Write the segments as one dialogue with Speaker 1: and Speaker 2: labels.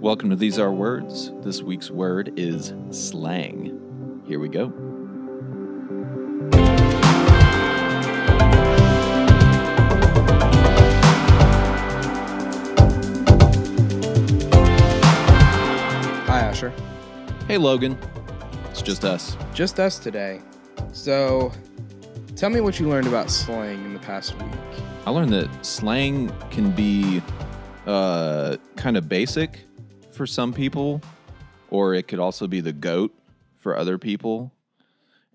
Speaker 1: Welcome to These Are Words. This week's word is slang. Here we go.
Speaker 2: Hi, Asher.
Speaker 1: Hey, Logan. It's just us.
Speaker 2: Just us today. So, tell me what you learned about slang in the past week.
Speaker 1: I learned that slang can be uh, kind of basic for some people, or it could also be the goat for other people.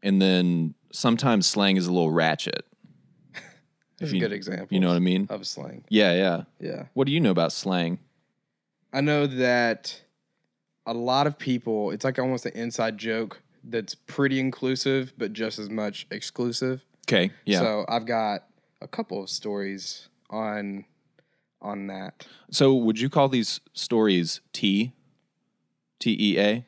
Speaker 1: And then sometimes slang is a little ratchet.
Speaker 2: That's
Speaker 1: you-
Speaker 2: a good example. Uh,
Speaker 1: You know what I mean?
Speaker 2: Of slang.
Speaker 1: Yeah, yeah.
Speaker 2: Yeah.
Speaker 1: What do you know about slang?
Speaker 2: I know that a lot of people, it's like almost an inside joke that's pretty inclusive, but just as much exclusive.
Speaker 1: Okay, yeah.
Speaker 2: So, I've got a couple of stories on on that.
Speaker 1: so would you call these stories T? T E A?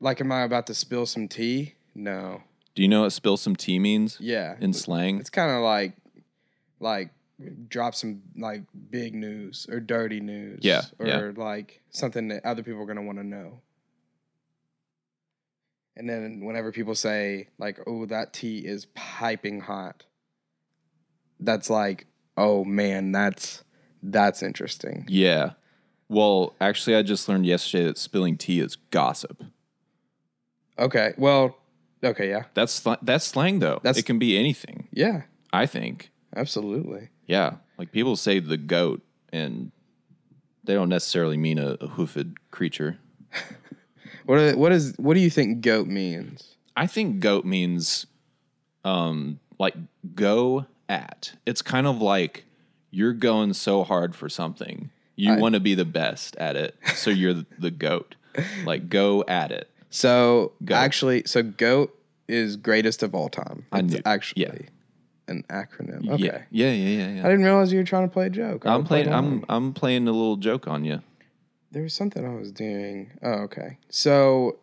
Speaker 2: Like, am I about to spill some tea? No.
Speaker 1: Do you know what spill some tea means
Speaker 2: Yeah.
Speaker 1: in slang?
Speaker 2: It's kind of like like drop some like big news or dirty news
Speaker 1: Yeah,
Speaker 2: or
Speaker 1: yeah.
Speaker 2: like something that other people are going to want to know. And then whenever people say like oh that tea is piping hot that's like oh man that's that's interesting.
Speaker 1: Yeah. Well, actually, I just learned yesterday that spilling tea is gossip.
Speaker 2: Okay. Well, okay, yeah.
Speaker 1: That's sl- that's slang though.
Speaker 2: That's-
Speaker 1: it can be anything.
Speaker 2: Yeah,
Speaker 1: I think.
Speaker 2: absolutely.
Speaker 1: Yeah, like people say the goat, and they don't necessarily mean a, a hoofed creature.
Speaker 2: What are, what is what do you think goat means?
Speaker 1: I think goat means, um, like go at. It's kind of like you're going so hard for something. You want to be the best at it, so you're the, the goat. Like go at it.
Speaker 2: So
Speaker 1: Goat.
Speaker 2: actually, so goat is greatest of all time.
Speaker 1: I
Speaker 2: It's
Speaker 1: knew-
Speaker 2: actually
Speaker 1: yeah.
Speaker 2: an acronym. Okay.
Speaker 1: Yeah, yeah, yeah, yeah.
Speaker 2: I
Speaker 1: yeah.
Speaker 2: didn't realize you were trying to play a joke. I
Speaker 1: I'm
Speaker 2: would play
Speaker 1: playing.
Speaker 2: along.
Speaker 1: I'm I'm playing a little joke on you.
Speaker 2: There was something I was doing. Oh, okay. So,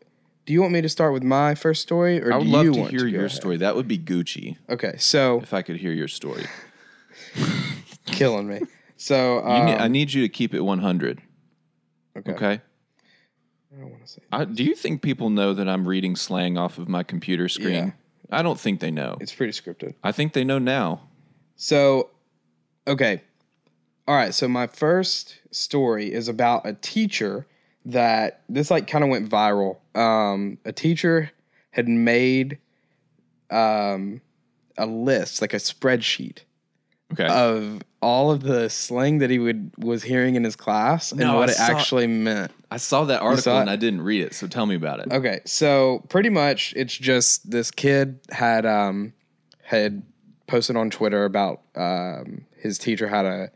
Speaker 2: do you want me to start with my first story, or
Speaker 1: I would
Speaker 2: do
Speaker 1: love
Speaker 2: you
Speaker 1: to
Speaker 2: want
Speaker 1: hear
Speaker 2: to go
Speaker 1: your
Speaker 2: ahead?
Speaker 1: story. That would be Gucci
Speaker 2: Okay. So,
Speaker 1: if I could hear your story.
Speaker 2: killing me. So,
Speaker 1: You
Speaker 2: um,
Speaker 1: ne- I need you to keep it 100.
Speaker 2: okay.
Speaker 1: Okay.
Speaker 2: I don't want to say.
Speaker 1: I, do you think people know that I'm reading slang off of my computer screen?
Speaker 2: Yeah.
Speaker 1: I don't think they know.
Speaker 2: It's pretty scripted.
Speaker 1: I think they know now.
Speaker 2: So, okay. All right. So, my first story is about a teacher that this like kind of went viral. Um, a teacher had made um, a list, like a spreadsheet
Speaker 1: Okay.
Speaker 2: of all of the slang that he would was hearing in his class and
Speaker 1: No,
Speaker 2: what
Speaker 1: I
Speaker 2: it
Speaker 1: saw-
Speaker 2: actually meant.
Speaker 1: I saw that article
Speaker 2: saw
Speaker 1: and
Speaker 2: it?
Speaker 1: I didn't read it, so tell me about it.
Speaker 2: Okay, so pretty much it's just this kid had um had posted on Twitter about um his teacher had a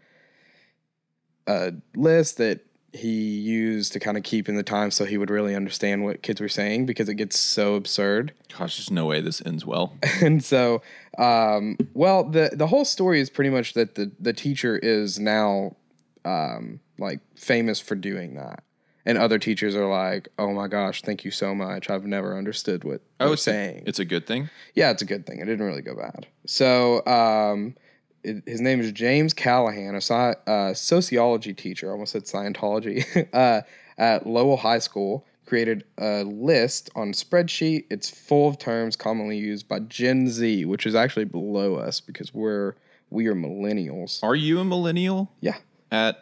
Speaker 2: a list that he used to kind of keep in the time so he would really understand what kids were saying because it gets so absurd.
Speaker 1: Gosh, there's no way this ends well.
Speaker 2: and so um well the the whole story is pretty much that the the teacher is now um like famous for doing that and other teachers are like oh my gosh thank you so much i've never understood what
Speaker 1: Oh,
Speaker 2: you're
Speaker 1: it's a-
Speaker 2: saying
Speaker 1: It's a good thing.
Speaker 2: yeah it's a good thing it didn't really go bad so um it- his name is James Callahan, a sci- uh, sociology teacher. I almost said Scientology uh, at Lowell High School. Created a list on a spreadsheet. It's full of terms commonly used by Gen Z, which is actually below us because we're we are millennials.
Speaker 1: Are you a millennial
Speaker 2: Yeah,
Speaker 1: at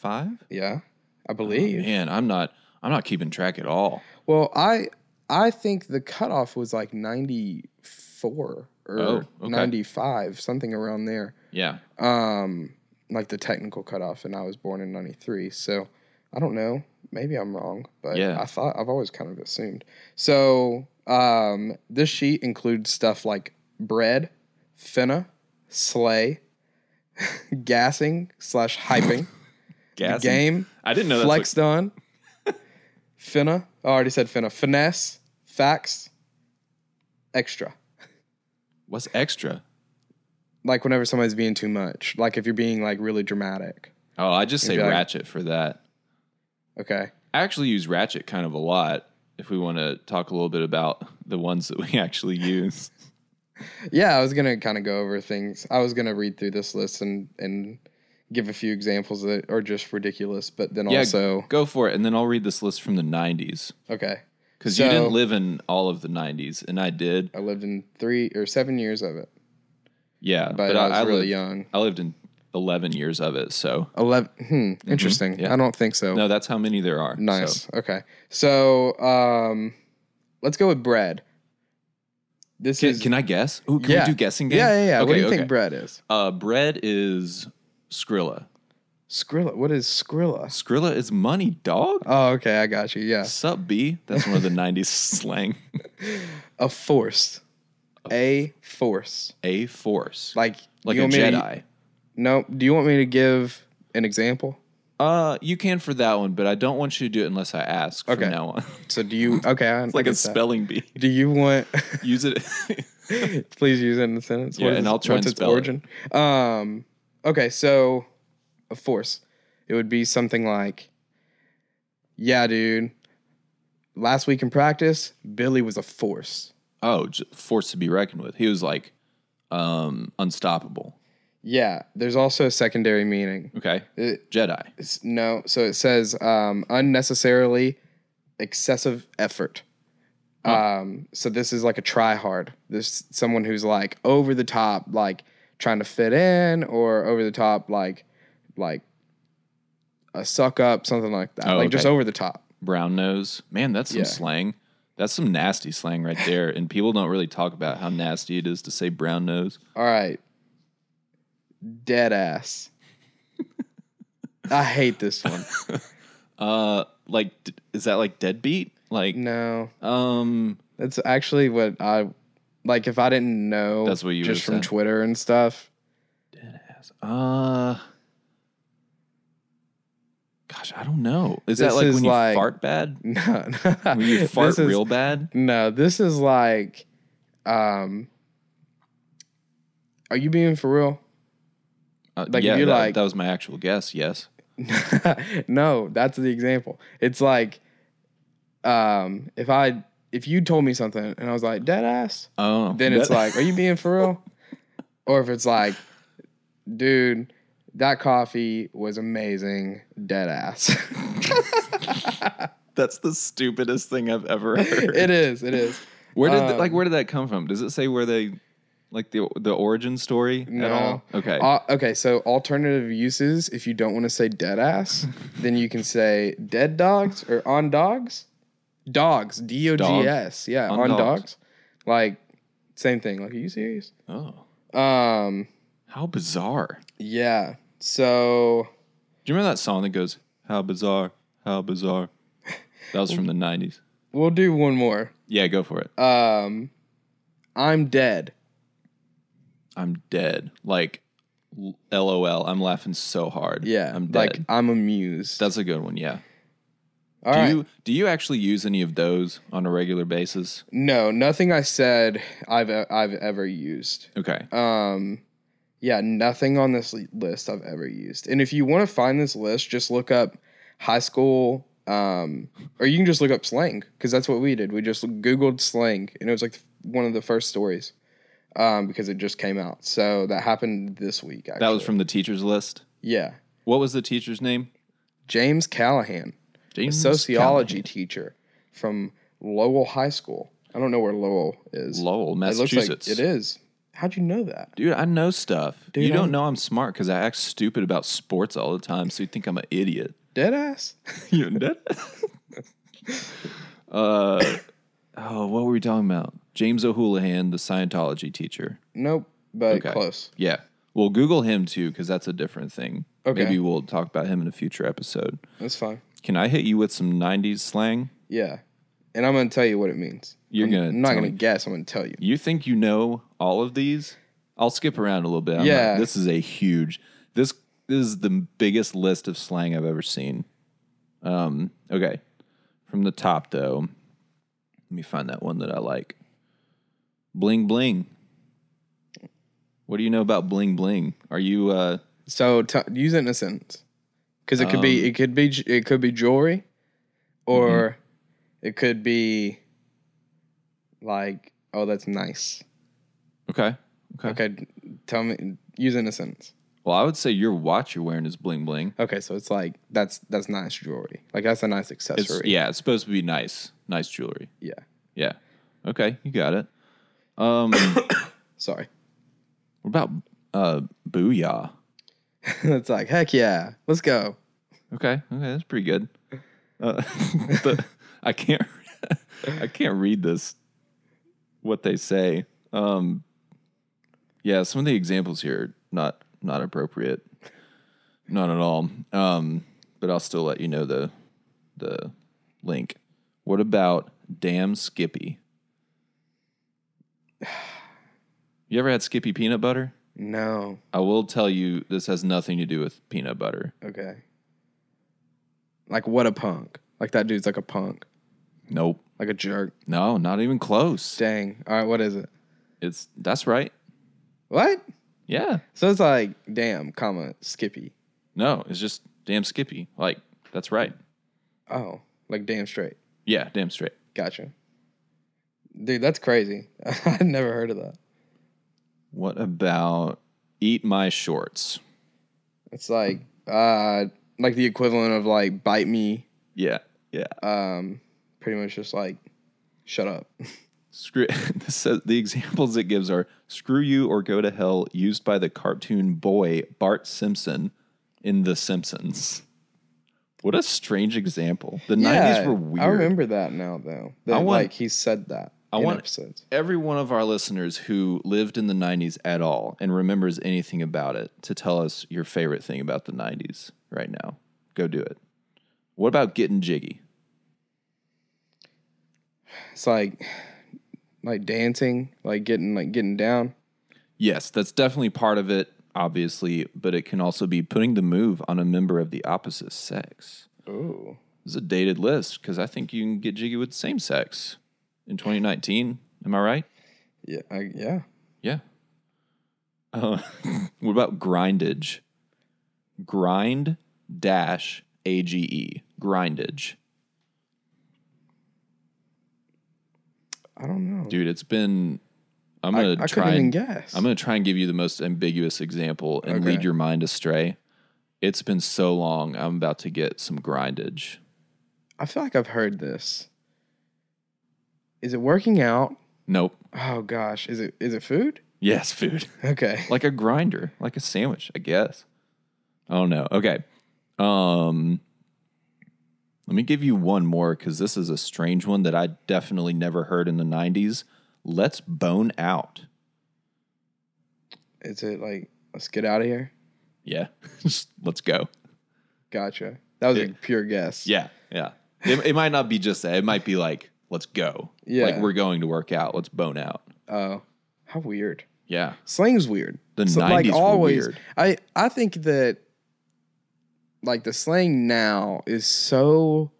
Speaker 1: 25?
Speaker 2: yeah, I believe.
Speaker 1: Oh, Man, I'm not. I'm not keeping track at all.
Speaker 2: Well, I I think the cutoff was like ninety four or
Speaker 1: Oh, okay.
Speaker 2: ninety five, something around there.
Speaker 1: Yeah.
Speaker 2: um like the technical cutoff and i was born in 93 so i don't know maybe i'm wrong but
Speaker 1: Yeah.
Speaker 2: i thought i've always kind of assumed so um this sheet includes stuff like bread finna slay gassing slash hyping the
Speaker 1: Gassing.
Speaker 2: game
Speaker 1: I didn't know that's
Speaker 2: flexed on finna i already said finna finesse facts extra
Speaker 1: What's extra?
Speaker 2: like whenever somebody's being too much like if you're being like really dramatic
Speaker 1: Oh, I just say
Speaker 2: Exactly.
Speaker 1: ratchet for that.
Speaker 2: okay
Speaker 1: I actually use ratchet kind of a lot if we want to talk a little bit about the ones that we actually use.
Speaker 2: Yeah, I was gonna kind of go over things. I was gonna read through this list and and give a few examples that are just ridiculous, but then
Speaker 1: Yeah.
Speaker 2: also
Speaker 1: Go for it, and then I'll read this list from the '90s
Speaker 2: okay.
Speaker 1: because
Speaker 2: So-
Speaker 1: you didn't live in all of the '90s, and I did.
Speaker 2: I lived in three or seven years of it,
Speaker 1: Yeah,
Speaker 2: but, I was really
Speaker 1: lived,
Speaker 2: young.
Speaker 1: Uh, I lived in 11 years of it, so
Speaker 2: Eleven. Hmm. Interesting.
Speaker 1: Mm-hmm. yeah.
Speaker 2: I don't think so.
Speaker 1: no, that's how many there are.
Speaker 2: Nice.
Speaker 1: So,
Speaker 2: Okay. So um, let's go with bread. This
Speaker 1: Can,
Speaker 2: is
Speaker 1: can I guess? Ooh, can
Speaker 2: Yeah.
Speaker 1: we do guessing game?
Speaker 2: yeah yeah yeah.
Speaker 1: Okay,
Speaker 2: what do you
Speaker 1: okay.
Speaker 2: think bread is?
Speaker 1: Uh, bread is Skrilla.
Speaker 2: Skrilla. What is Skrilla?
Speaker 1: Skrilla is money, dog.
Speaker 2: Oh, okay. I got you. Yeah.
Speaker 1: Sup, B? That's one of the 90s slang.
Speaker 2: A force. A force.
Speaker 1: A force.
Speaker 2: Like
Speaker 1: Like
Speaker 2: you
Speaker 1: a
Speaker 2: want me to-
Speaker 1: Jedi.
Speaker 2: no. Do you want me to give an example?
Speaker 1: Uh, you can for that one, but I don't want you to do it unless I ask
Speaker 2: Okay.
Speaker 1: from now on.
Speaker 2: So do you? Okay. I
Speaker 1: It's like a
Speaker 2: get that.
Speaker 1: spelling bee.
Speaker 2: Do you want?
Speaker 1: Use it.
Speaker 2: please use it in the sentence.
Speaker 1: Yeah, and
Speaker 2: its-
Speaker 1: I'll try
Speaker 2: what's
Speaker 1: and
Speaker 2: its
Speaker 1: spell it.
Speaker 2: origin? Um. Okay, so a force. It would be something like, "Yeah, dude. Last week in practice, Billy was a force.
Speaker 1: oh, j- force to be reckoned with. He was like um unstoppable.
Speaker 2: Yeah. There's also a secondary meaning.
Speaker 1: Okay.
Speaker 2: It-
Speaker 1: Jedi.
Speaker 2: It's- no, so it says um, unnecessarily excessive effort. Um, so this is like a try hard. This someone who's like over the top, like trying to fit in, or over the top, like like a suck up, something like that.
Speaker 1: Oh,
Speaker 2: like just
Speaker 1: okay.
Speaker 2: over the top.
Speaker 1: Brown nose. Man, that's some
Speaker 2: Yeah.
Speaker 1: slang. That's some nasty slang right there. And people don't really talk about how nasty it is to say brown nose.
Speaker 2: All right, dead ass. I hate this one.
Speaker 1: Uh, like, d- is that like deadbeat? Like,
Speaker 2: Mm. No,
Speaker 1: um,
Speaker 2: that's actually what I like. If I didn't know,
Speaker 1: That's what you
Speaker 2: just
Speaker 1: would've
Speaker 2: from
Speaker 1: said.
Speaker 2: Twitter and stuff.
Speaker 1: uh, gosh, I don't know. Is
Speaker 2: This
Speaker 1: that like
Speaker 2: is
Speaker 1: when you
Speaker 2: like-
Speaker 1: fart bad?
Speaker 2: No,
Speaker 1: When you fart
Speaker 2: This is-
Speaker 1: real bad?
Speaker 2: No, this is like, um, are you being for real?
Speaker 1: Uh,
Speaker 2: like, if
Speaker 1: yeah,
Speaker 2: you
Speaker 1: that,
Speaker 2: like-
Speaker 1: that was my actual guess. Yes.
Speaker 2: no, that's the example. It's like, um, if I if you told me something and I was like dead ass,
Speaker 1: Oh,
Speaker 2: then it's
Speaker 1: that-
Speaker 2: like, are you being for real? or if it's like, dude, that coffee was amazing, dead ass.
Speaker 1: that's the stupidest thing I've ever heard.
Speaker 2: it is, it is.
Speaker 1: Where did th- like
Speaker 2: Um,
Speaker 1: where did that come from? Does it say where they like the the origin story at
Speaker 2: No.
Speaker 1: all? Okay.
Speaker 2: Uh, okay, so alternative uses, if you don't want to say dead ass, then you can say dead dogs or on dogs. Dogs, D O G S. Yeah,
Speaker 1: On
Speaker 2: on, dogs.
Speaker 1: dogs.
Speaker 2: Like, same thing. Like, are you serious?
Speaker 1: oh,
Speaker 2: Um,
Speaker 1: how bizarre!
Speaker 2: yeah. So,
Speaker 1: Do you remember that song that goes "How bizarre, how bizarre"? That was from the '90s.
Speaker 2: we'll do one more.
Speaker 1: Yeah, go for it.
Speaker 2: Um, I'm dead.
Speaker 1: I'm dead. Like, l- LOL. I'm laughing so hard.
Speaker 2: Yeah.
Speaker 1: I'm dead.
Speaker 2: Like, I'm amused.
Speaker 1: That's a good one. Yeah.
Speaker 2: All
Speaker 1: do
Speaker 2: right.
Speaker 1: you do you actually use any of those on a regular basis?
Speaker 2: no, nothing I said I've, I've ever used.
Speaker 1: Okay.
Speaker 2: Um, yeah, nothing on this li- list I've ever used. And if you want to find this list, just look up high school, um, or you can just look up slang because that's what we did. We just Googled slang, and it was like one of the first stories um, because it just came out. So that happened this week. Actually.
Speaker 1: That was from the teachers list.
Speaker 2: yeah,
Speaker 1: What was the teacher's name?
Speaker 2: James Callahan, a
Speaker 1: James
Speaker 2: sociology
Speaker 1: Callahan.
Speaker 2: teacher from Lowell High School. I don't know where Lowell is.
Speaker 1: Lowell,
Speaker 2: it looks like
Speaker 1: Massachusetts.
Speaker 2: it is. How'd you know that?
Speaker 1: Dude, I know stuff.
Speaker 2: Dude,
Speaker 1: you don't
Speaker 2: I'm-
Speaker 1: know I'm smart because I act stupid about sports all the time, so you think I'm an idiot.
Speaker 2: Deadass.
Speaker 1: you know? uh, oh, what were we talking about? James O'Houlihan, the Scientology teacher.
Speaker 2: Nope, but
Speaker 1: Okay.
Speaker 2: close.
Speaker 1: Yeah. Well, Google him too because that's a different thing.
Speaker 2: Okay.
Speaker 1: Maybe we'll talk about him in a future episode.
Speaker 2: That's fine.
Speaker 1: Can I hit you with some 90s slang?
Speaker 2: Yeah. And I'm gonna tell you what it means.
Speaker 1: You're
Speaker 2: I'm,
Speaker 1: gonna
Speaker 2: I'm not
Speaker 1: tell
Speaker 2: gonna
Speaker 1: me.
Speaker 2: guess. I'm gonna tell you.
Speaker 1: You think you know all of these? I'll skip around a little bit. I'm not-
Speaker 2: Yeah.
Speaker 1: this is a huge. This this is the biggest list of slang I've ever seen. Um. Okay. From the top though, let me find that one that I like. Bling bling. What do you know about bling bling? Are you uh
Speaker 2: So t- use it in a sentence, because it could
Speaker 1: Um.
Speaker 2: be it could be j- it could be jewelry, or
Speaker 1: Mm-hmm.
Speaker 2: it could be like oh that's nice.
Speaker 1: okay? Okay.
Speaker 2: Okay, tell me use it in a sentence.
Speaker 1: Well, I would say your watch you're wearing is bling bling.
Speaker 2: Okay, so it's like that's that's nice jewelry. Like that's a nice accessory.
Speaker 1: It's, e- yeah, it's supposed to be nice, nice jewelry.
Speaker 2: yeah.
Speaker 1: Yeah. Okay, you got it. Um,
Speaker 2: Sorry.
Speaker 1: what about uh, booyah?
Speaker 2: it's like heck yeah, let's go.
Speaker 1: Okay, okay, that's pretty good. Uh, the, I can't, I can't read this. What they say. Um, yeah, some of the examples here not not appropriate, not at all. Um, but I'll still let you know the the link. What about damn Skippy? You ever had Skippy peanut butter?
Speaker 2: No.
Speaker 1: I will tell you this has nothing to do with peanut butter.
Speaker 2: Okay. Like what a punk. Like that dude's like a punk.
Speaker 1: Nope.
Speaker 2: Like a jerk.
Speaker 1: No, not even close.
Speaker 2: Dang. All right, what is it?
Speaker 1: It's that's right.
Speaker 2: What?
Speaker 1: Yeah.
Speaker 2: So it's like damn, comma Skippy.
Speaker 1: No, it's just damn Skippy. Like that's right.
Speaker 2: Oh, like damn straight.
Speaker 1: Yeah, damn straight.
Speaker 2: Gotcha. Dude, that's crazy. I've never heard of that.
Speaker 1: What about eat my shorts?
Speaker 2: It's like uh like the equivalent of like bite me
Speaker 1: Yeah. Yeah.
Speaker 2: um pretty much just like shut up.
Speaker 1: Screw this says, the examples it gives are screw you or go to hell used by the cartoon boy Bart Simpson in The Simpsons. What a strange example. The 90s were weird.
Speaker 2: I remember that now though. That
Speaker 1: I want-
Speaker 2: like he said that
Speaker 1: I
Speaker 2: in
Speaker 1: want-
Speaker 2: episodes.
Speaker 1: every one of our listeners who lived in the 90s at all and remembers anything about it to tell us your favorite thing about the 90s right now. Go do it. What about getting jiggy?
Speaker 2: It's like like dancing, like getting like getting down.
Speaker 1: Yes, that's definitely part of it, obviously, but it can also be putting the move on a member of the opposite sex.
Speaker 2: Ooh.
Speaker 1: This is a dated list because I think you can get jiggy with same sex in 2019. Am I right?
Speaker 2: Yeah, I, yeah.
Speaker 1: Yeah. Uh, what about grindage? Grind dash A G E. Grindage.
Speaker 2: I don't know.
Speaker 1: Dude, it's been I'm
Speaker 2: I,
Speaker 1: gonna
Speaker 2: I
Speaker 1: try
Speaker 2: couldn't even
Speaker 1: and,
Speaker 2: guess.
Speaker 1: I'm gonna try and give you the most ambiguous example and lead
Speaker 2: Okay.
Speaker 1: your mind astray. It's been so long. I'm about to get some grindage.
Speaker 2: I feel like I've heard this. Is it working out?
Speaker 1: Nope.
Speaker 2: Oh gosh, is it is it food?
Speaker 1: Yes, food.
Speaker 2: Okay.
Speaker 1: like a grinder, like a sandwich, I guess. I don't know. Okay. Um let me give you one more cuz this is a strange one that I definitely never heard in the 90s. Let's bone out.
Speaker 2: Is it like let's get out of here?
Speaker 1: Yeah. Just let's go.
Speaker 2: Gotcha. That was
Speaker 1: Yeah.
Speaker 2: a pure guess.
Speaker 1: Yeah. Yeah. It, it might not be just that. It might be like let's go.
Speaker 2: Yeah.
Speaker 1: Like we're going to work out. Let's bone out.
Speaker 2: Oh, how weird.
Speaker 1: Yeah.
Speaker 2: Slang's weird.
Speaker 1: The
Speaker 2: So,
Speaker 1: 90s were weird.
Speaker 2: I I think that like the slang now is so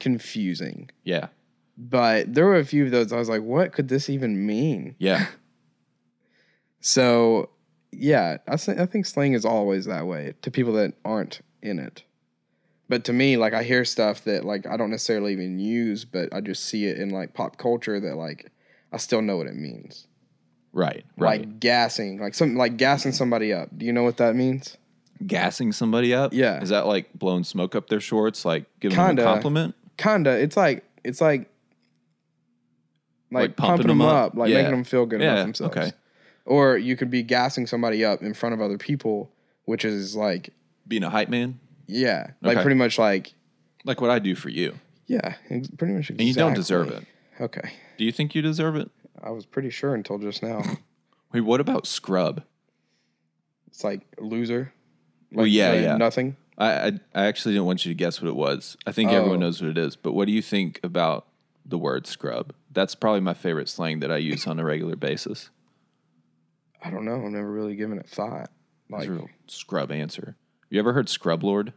Speaker 2: confusing.
Speaker 1: Yeah.
Speaker 2: But there were a few of those I was like, what could this even mean?
Speaker 1: Yeah.
Speaker 2: So yeah, I think I think slang is always that way to people that aren't in it. But to me, like I hear stuff that like I don't necessarily even use, but I just see it in like pop culture that like I still know what it means.
Speaker 1: Right. Right.
Speaker 2: Like gassing, like something like gassing somebody up. Do you know what that means?
Speaker 1: Gassing somebody up?
Speaker 2: Yeah.
Speaker 1: Is that like blowing smoke up their shorts like giving
Speaker 2: Kinda.
Speaker 1: them a compliment?
Speaker 2: Kinda. It's like it's like like,
Speaker 1: Like
Speaker 2: pumping, them up, like
Speaker 1: Yeah.
Speaker 2: making them feel good
Speaker 1: Yeah,
Speaker 2: about themselves.
Speaker 1: okay.
Speaker 2: Or you could be gassing somebody up in front of other people, which is like
Speaker 1: Being a hype man?
Speaker 2: yeah, like
Speaker 1: Okay.
Speaker 2: pretty much like
Speaker 1: like what I do for you.
Speaker 2: Yeah, ex- pretty much.
Speaker 1: And you don't deserve it.
Speaker 2: Okay,
Speaker 1: Do you think you deserve it?
Speaker 2: I was pretty sure until just now.
Speaker 1: Wait, what about scrub?
Speaker 2: it's like loser. Like,
Speaker 1: Well, yeah,
Speaker 2: uh,
Speaker 1: yeah.
Speaker 2: Nothing.
Speaker 1: I, I I actually didn't want you to guess what it was. I think
Speaker 2: Oh.
Speaker 1: everyone knows what it is, but what do you think about the word scrub? That's probably my favorite slang that I use on a regular basis.
Speaker 2: I don't know. I've never really given it thought.
Speaker 1: That's
Speaker 2: Like
Speaker 1: a real scrub answer. You ever heard scrub lord?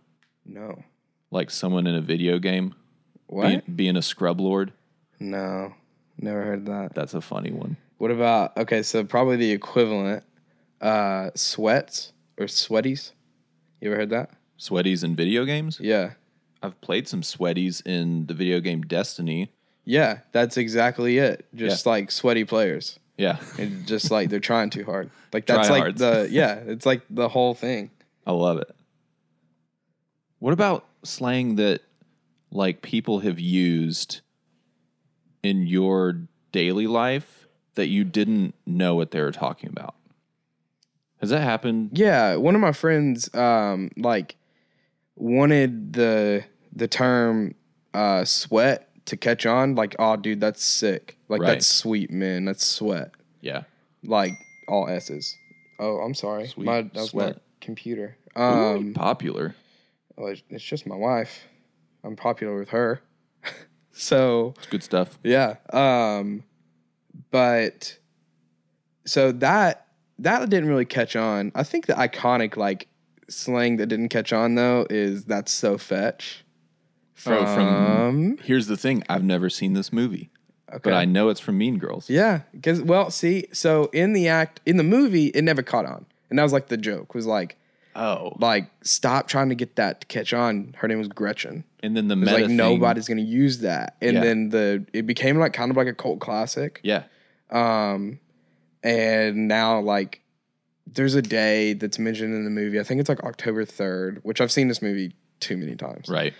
Speaker 2: no.
Speaker 1: Like someone in a video game
Speaker 2: What?
Speaker 1: being, being a scrub lord?
Speaker 2: No, never heard that.
Speaker 1: That's a funny one.
Speaker 2: What about? Okay, so probably the equivalent, uh, sweats or sweaties. You ever heard that?
Speaker 1: Sweaties in video games?
Speaker 2: Yeah,
Speaker 1: I've played some sweaties in the video game Destiny.
Speaker 2: yeah. That's exactly it. Just like sweaty players.
Speaker 1: Yeah.
Speaker 2: and just like they're trying too hard. Like
Speaker 1: Try
Speaker 2: that's like
Speaker 1: hards.
Speaker 2: the yeah, it's like the whole thing.
Speaker 1: I love it. What about slang that like people have used in your daily life that you didn't know what they were talking about? Has that happened?
Speaker 2: Yeah, one of my friends um like wanted the the term uh sweat to catch on like oh dude that's sick. Like
Speaker 1: Right.
Speaker 2: that's sweet man, that's sweat.
Speaker 1: Yeah.
Speaker 2: Like all S's. Oh, I'm sorry.
Speaker 1: Sweet
Speaker 2: my that was
Speaker 1: sweat.
Speaker 2: my computer.
Speaker 1: Ooh,
Speaker 2: Um
Speaker 1: popular.
Speaker 2: well, it's- it's just my wife. I'm popular with her. so
Speaker 1: It's good stuff.
Speaker 2: Yeah. Um but so that that didn't really catch on. I think the iconic like slang that didn't catch on though is that's so fetch. Um,
Speaker 1: Oh,
Speaker 2: Uh,
Speaker 1: from-
Speaker 2: From-
Speaker 1: Here's the thing, I've never seen this movie,
Speaker 2: okay.
Speaker 1: but I know it's from Mean Girls.
Speaker 2: yeah, cuz well, see, so in the act in the movie it never caught on. And that was like the joke was like
Speaker 1: Oh.
Speaker 2: like stop trying to get that to catch on. Her name was Gretchen.
Speaker 1: And then the
Speaker 2: It was
Speaker 1: meta
Speaker 2: like
Speaker 1: thing-
Speaker 2: nobody's going to use that. And
Speaker 1: Yeah.
Speaker 2: then the it became like kind of like a cult classic.
Speaker 1: Yeah.
Speaker 2: Um, and now like there's a day that's mentioned in the movie. I think it's like October 3rd, which I've seen this movie too many times.
Speaker 1: Right.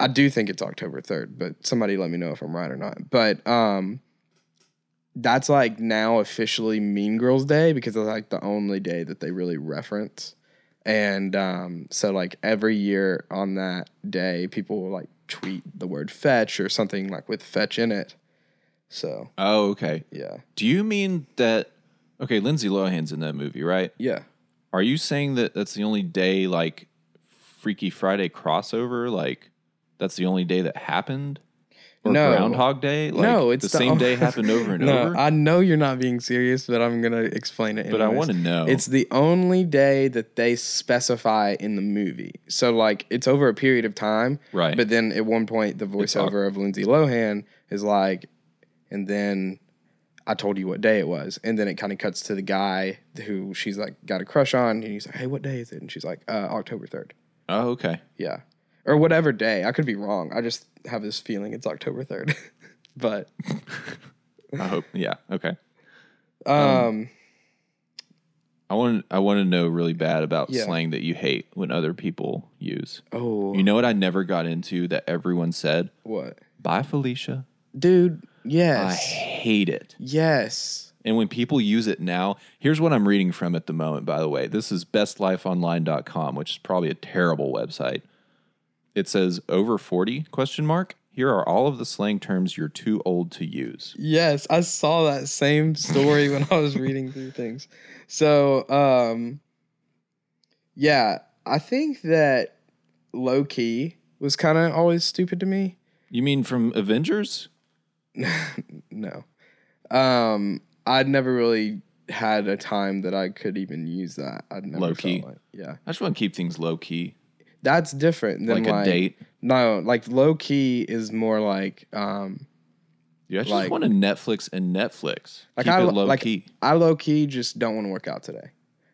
Speaker 2: I do think it's October 3rd, but somebody let me know if I'm right or not. But um that's like now officially Mean Girls Day because it's like the only day that they really reference. And um so like every year on that day people will like tweet the word fetch or something like with fetch in it. So,
Speaker 1: Oh, okay.
Speaker 2: yeah.
Speaker 1: Do you mean that okay, Lindsay Lohan's in that movie, right?
Speaker 2: Yeah.
Speaker 1: Are you saying that that's the only day like Freaky Friday crossover? Like that's the only day that happened? Or
Speaker 2: No.
Speaker 1: Groundhog Day? Like,
Speaker 2: no, it's
Speaker 1: the, same
Speaker 2: o-
Speaker 1: day happened over and
Speaker 2: no,
Speaker 1: over.
Speaker 2: I know you're not being serious, but I'm gonna explain it.
Speaker 1: but I
Speaker 2: anyways.
Speaker 1: want to know.
Speaker 2: It's the only day that they specify in the movie. So like it's over a period of time,
Speaker 1: right.
Speaker 2: but then at one point the
Speaker 1: all-
Speaker 2: voiceover of Lindsay Lohan is like, and then I told you what day it was, and then it kind of cuts to the guy who she's like got a crush on, and he's like, hey, what day is it? And she's like, uh, October third.
Speaker 1: oh, okay.
Speaker 2: Yeah. Or whatever day. I could be wrong. I just have this feeling it's October 3rd. but
Speaker 1: I hope yeah, okay.
Speaker 2: um
Speaker 1: I want I want to know really bad about
Speaker 2: Yeah.
Speaker 1: slang that you hate when other people use.
Speaker 2: Oh,
Speaker 1: You know what I never got into that everyone said?
Speaker 2: what,
Speaker 1: Bye Felicia.
Speaker 2: dude?
Speaker 1: I
Speaker 2: Yes,
Speaker 1: hate it.
Speaker 2: yes.
Speaker 1: And when people use it now, here's what I'm reading from at the moment, by the way. This is bestlifeonline.com, which is probably a terrible website. It says over 40 question mark. Here are all of the slang terms you're too old to use.
Speaker 2: Yes, I saw that same story when I was reading through things. So, um, yeah, I think that low key was kind of always stupid to me.
Speaker 1: You mean from Avengers?
Speaker 2: no, um, I'd never really had a time that I could even use that. I'd never
Speaker 1: Low
Speaker 2: felt
Speaker 1: key.
Speaker 2: Like, yeah,
Speaker 1: I just want to keep things low key,
Speaker 2: that's different than
Speaker 1: like
Speaker 2: like,
Speaker 1: a date.
Speaker 2: No, like low key is more like um,
Speaker 1: Dude, I just
Speaker 2: like-
Speaker 1: want to Netflix and Netflix.
Speaker 2: Like
Speaker 1: keep
Speaker 2: I-
Speaker 1: it low
Speaker 2: like-
Speaker 1: key.
Speaker 2: I low key just don't want to work out today.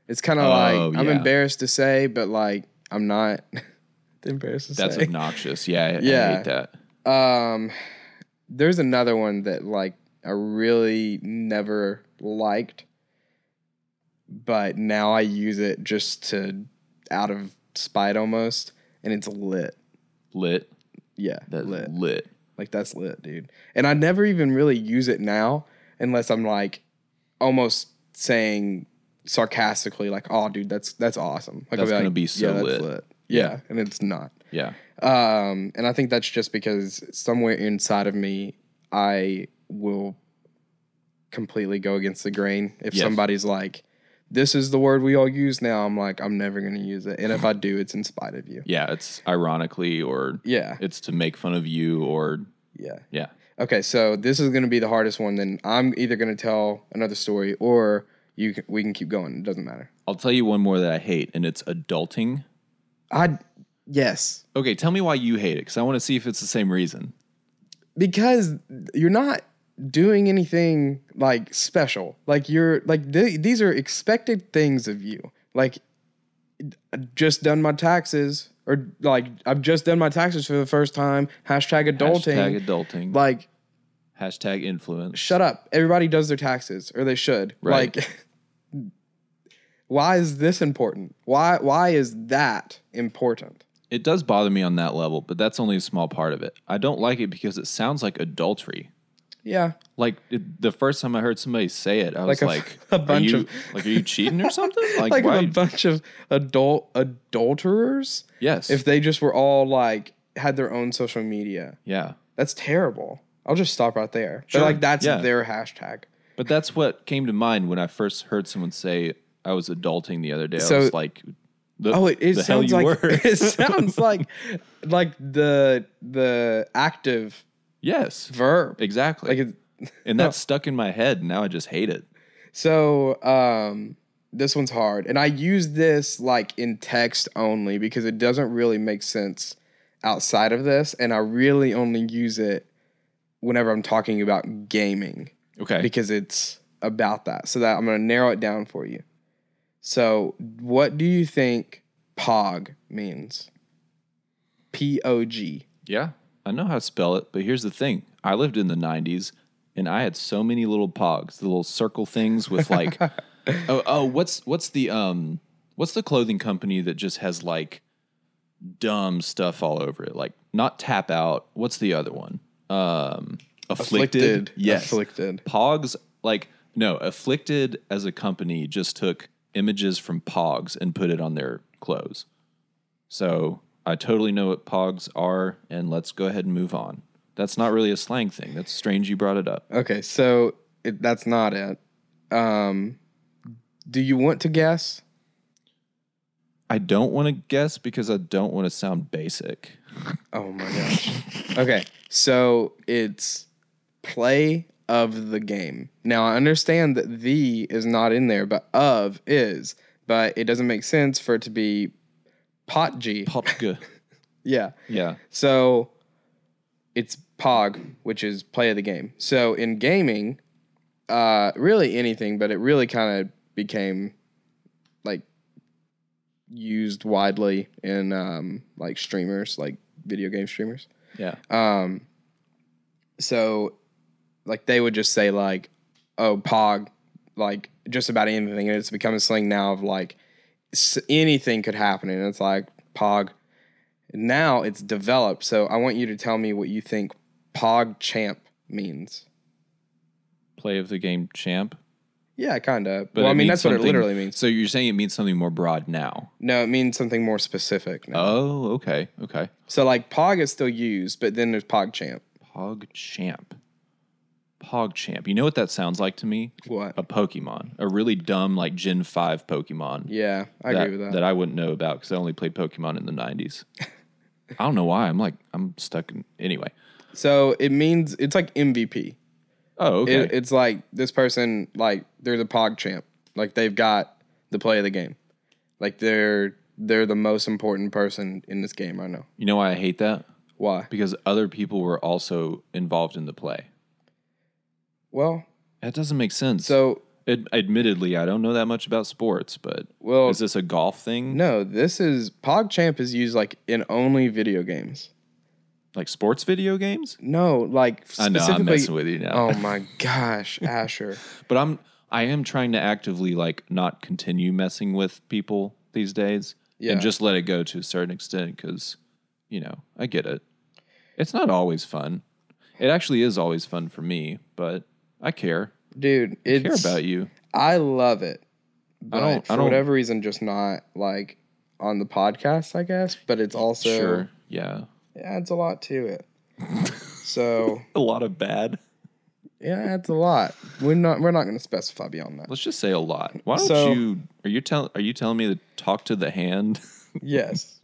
Speaker 2: It's kind of
Speaker 1: Oh,
Speaker 2: like I'm
Speaker 1: yeah.
Speaker 2: embarrassed to say, but like I'm not embarrassed to
Speaker 1: That's
Speaker 2: say.
Speaker 1: obnoxious. Yeah, I, I
Speaker 2: Yeah.
Speaker 1: hate that.
Speaker 2: um, there's another one that like I really never liked, but now I use it just to out of spite almost, and it's lit.
Speaker 1: Lit.
Speaker 2: Yeah,
Speaker 1: That's
Speaker 2: lit.
Speaker 1: lit.
Speaker 2: Like that's lit, dude. And I never even really use it now unless I'm like almost saying sarcastically, like, "Oh, dude, that's that's awesome." Like, I'll
Speaker 1: That's gonna
Speaker 2: like,
Speaker 1: be so lit."
Speaker 2: Yeah,
Speaker 1: Yeah.
Speaker 2: and it's not.
Speaker 1: Yeah.
Speaker 2: Um, and I think that's just because somewhere inside of me, I will completely go against the grain. If
Speaker 1: Yes.
Speaker 2: somebody's like, "This is the word we all use now," I'm like, "I'm never gonna use it," and if I do, it's in spite of you.
Speaker 1: Yeah. It's ironically or
Speaker 2: Yeah,
Speaker 1: it's to make fun of you or
Speaker 2: yeah.
Speaker 1: yeah.
Speaker 2: Okay, so this is going to be the hardest one. Then I'm either going to tell another story or you can, we can keep going. It doesn't matter.
Speaker 1: I'll tell you one more that I hate, and it's adulting.
Speaker 2: I yes,
Speaker 1: Okay, tell me why you hate it, because I want to see if it's the same reason.
Speaker 2: because you're not doing anything like special. Like you're like th- these are expected things of you. Like I just done my taxes or like I've just done my taxes for the first time. Hashtag adulting.
Speaker 1: Hashtag adulting.
Speaker 2: like
Speaker 1: Hashtag influence.
Speaker 2: Shut up. Everybody does their taxes, or they should.
Speaker 1: Right.
Speaker 2: Like, why is this important? Why why is that important?
Speaker 1: It does bother me on that level, but that's only a small part of it. I don't like it because it sounds like adultery.
Speaker 2: Yeah.
Speaker 1: Like it, the first time I heard somebody say it, I was
Speaker 2: Like a-
Speaker 1: like,
Speaker 2: a
Speaker 1: "Are
Speaker 2: bunch
Speaker 1: you-
Speaker 2: of-
Speaker 1: like, are you cheating or something?" Like,
Speaker 2: Like,
Speaker 1: why?
Speaker 2: a bunch of adult adulterers,
Speaker 1: yes,
Speaker 2: if they just were all like had their own social media.
Speaker 1: yeah.
Speaker 2: That's terrible. I'll just stop right there. They're
Speaker 1: Sure.
Speaker 2: like that's
Speaker 1: Yeah.
Speaker 2: their hashtag.
Speaker 1: But that's what came to mind when I first heard someone say I was adulting the other day.
Speaker 2: So-
Speaker 1: I was like, the,
Speaker 2: Oh, it, it
Speaker 1: the hell
Speaker 2: sounds
Speaker 1: you
Speaker 2: like
Speaker 1: were.
Speaker 2: it sounds like like the the active
Speaker 1: yes,
Speaker 2: verb.
Speaker 1: exactly.
Speaker 2: Like it,
Speaker 1: and that's stuck in my head. and Now I just hate it.
Speaker 2: So um, this one's hard, and I use this like in text only because it doesn't really make sense outside of this, and I really only use it whenever I'm talking about gaming
Speaker 1: Okay.
Speaker 2: because it's about that. So that I'm gonna narrow it down for you. So what do you think POG means? P O G.
Speaker 1: Yeah, I know how to spell it, but here's the thing. I lived in the 90s and I had so many little pogs, the little circle things with like oh, oh, what's what's the um what's the clothing company that just has like dumb stuff all over it? Like not tap out. What's the other one? Um afflicted. Yes.
Speaker 2: Afflicted.
Speaker 1: Pogs like no, afflicted as a company just took images from pogs and put it on their clothes. So I totally know what pogs are, and let's go ahead and move on. That's not really a slang thing. That's strange you brought it up.
Speaker 2: Okay, so it, that's not it. Um, do you want to guess?
Speaker 1: I don't want to guess because I don't want to sound basic.
Speaker 2: Oh my gosh. Okay, so it's play of the game. Now I understand that the is not in there, but of is. But it doesn't make sense for it to be potg.
Speaker 1: Potga.
Speaker 2: Yeah.
Speaker 1: yeah.
Speaker 2: So it's POG, which is play of the game. So in gaming, uh, really anything, but it really kind of became like used widely in um, like streamers, like video game streamers.
Speaker 1: Yeah.
Speaker 2: Um, so like they would just say like, oh POG, like just about anything, and it's become a sling now of like s- anything could happen, and it's like POG. Now it's developed, so I want you to tell me what you think POG champ means.
Speaker 1: Play of the game champ.
Speaker 2: Yeah, kind of.
Speaker 1: But
Speaker 2: Well,
Speaker 1: it
Speaker 2: I mean
Speaker 1: means
Speaker 2: that's what it
Speaker 1: something-
Speaker 2: literally means.
Speaker 1: So you're saying it means something more broad now.
Speaker 2: No, it means something more specific. Now.
Speaker 1: Oh, okay. Okay.
Speaker 2: So like POG is still used, but then there's POG champ.
Speaker 1: Pog champ. Pog champ. You know what that sounds like to me?
Speaker 2: What?
Speaker 1: a Pokemon, a really dumb like Gen Five Pokemon.
Speaker 2: Yeah, I
Speaker 1: that,
Speaker 2: agree with
Speaker 1: that I wouldn't know about because I only played Pokemon in the '90s. I don't know why. I'm like I'm stuck in anyway.
Speaker 2: So it means it's like MVP.
Speaker 1: Oh, okay.
Speaker 2: It, it's like this person, like they're the pog champ. Like they've got the play of the game. Like they're they're the most important person in this game right now.
Speaker 1: you know why I hate that?
Speaker 2: Why?
Speaker 1: Because other people were also involved in the play.
Speaker 2: Well,
Speaker 1: That doesn't make sense.
Speaker 2: so
Speaker 1: Ad- admittedly, I don't know that much about sports, but
Speaker 2: well,
Speaker 1: is this a golf thing?
Speaker 2: no. This is pog champ is used like in only video games.
Speaker 1: Like sports video games?
Speaker 2: No, like
Speaker 1: I know I'm
Speaker 2: specifically.
Speaker 1: messing with you now,
Speaker 2: oh my gosh, Asher.
Speaker 1: but I'm I am trying to actively like not continue messing with people these days.
Speaker 2: Yeah.
Speaker 1: and just let it go to a certain extent because you know i get it it's not always fun it actually is always fun for me but i care
Speaker 2: Dude,
Speaker 1: I care
Speaker 2: it's
Speaker 1: about you
Speaker 2: I love it. But
Speaker 1: don't-
Speaker 2: for
Speaker 1: I don't-
Speaker 2: whatever reason, just not like on the podcast, I guess. But it's also
Speaker 1: sure yeah
Speaker 2: it adds a lot to it. so
Speaker 1: a lot of bad
Speaker 2: yeah, it adds a lot. We're not we're not going to specify beyond that.
Speaker 1: let's just say a lot why don't
Speaker 2: So-
Speaker 1: you are you telling are you telling me to talk to the hand
Speaker 2: yes,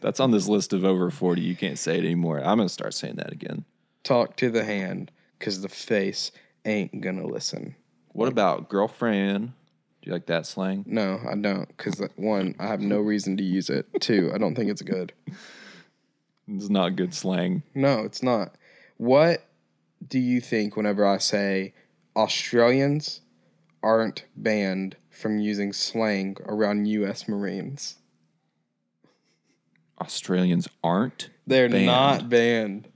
Speaker 1: that's on this list of over 40 you can't say it anymore i'm gonna start saying that again
Speaker 2: talk to the hand because the face ain't gonna listen.
Speaker 1: what about girlfriend do you like that slang
Speaker 2: No, I don't. Because one, I have no reason to use it. Two, I don't think it's good.
Speaker 1: it's not good slang
Speaker 2: No, it's not. What do you think whenever I say Australians aren't banned from using slang around U.S. Marines?
Speaker 1: australians aren't
Speaker 2: They're
Speaker 1: Banned.
Speaker 2: not banned.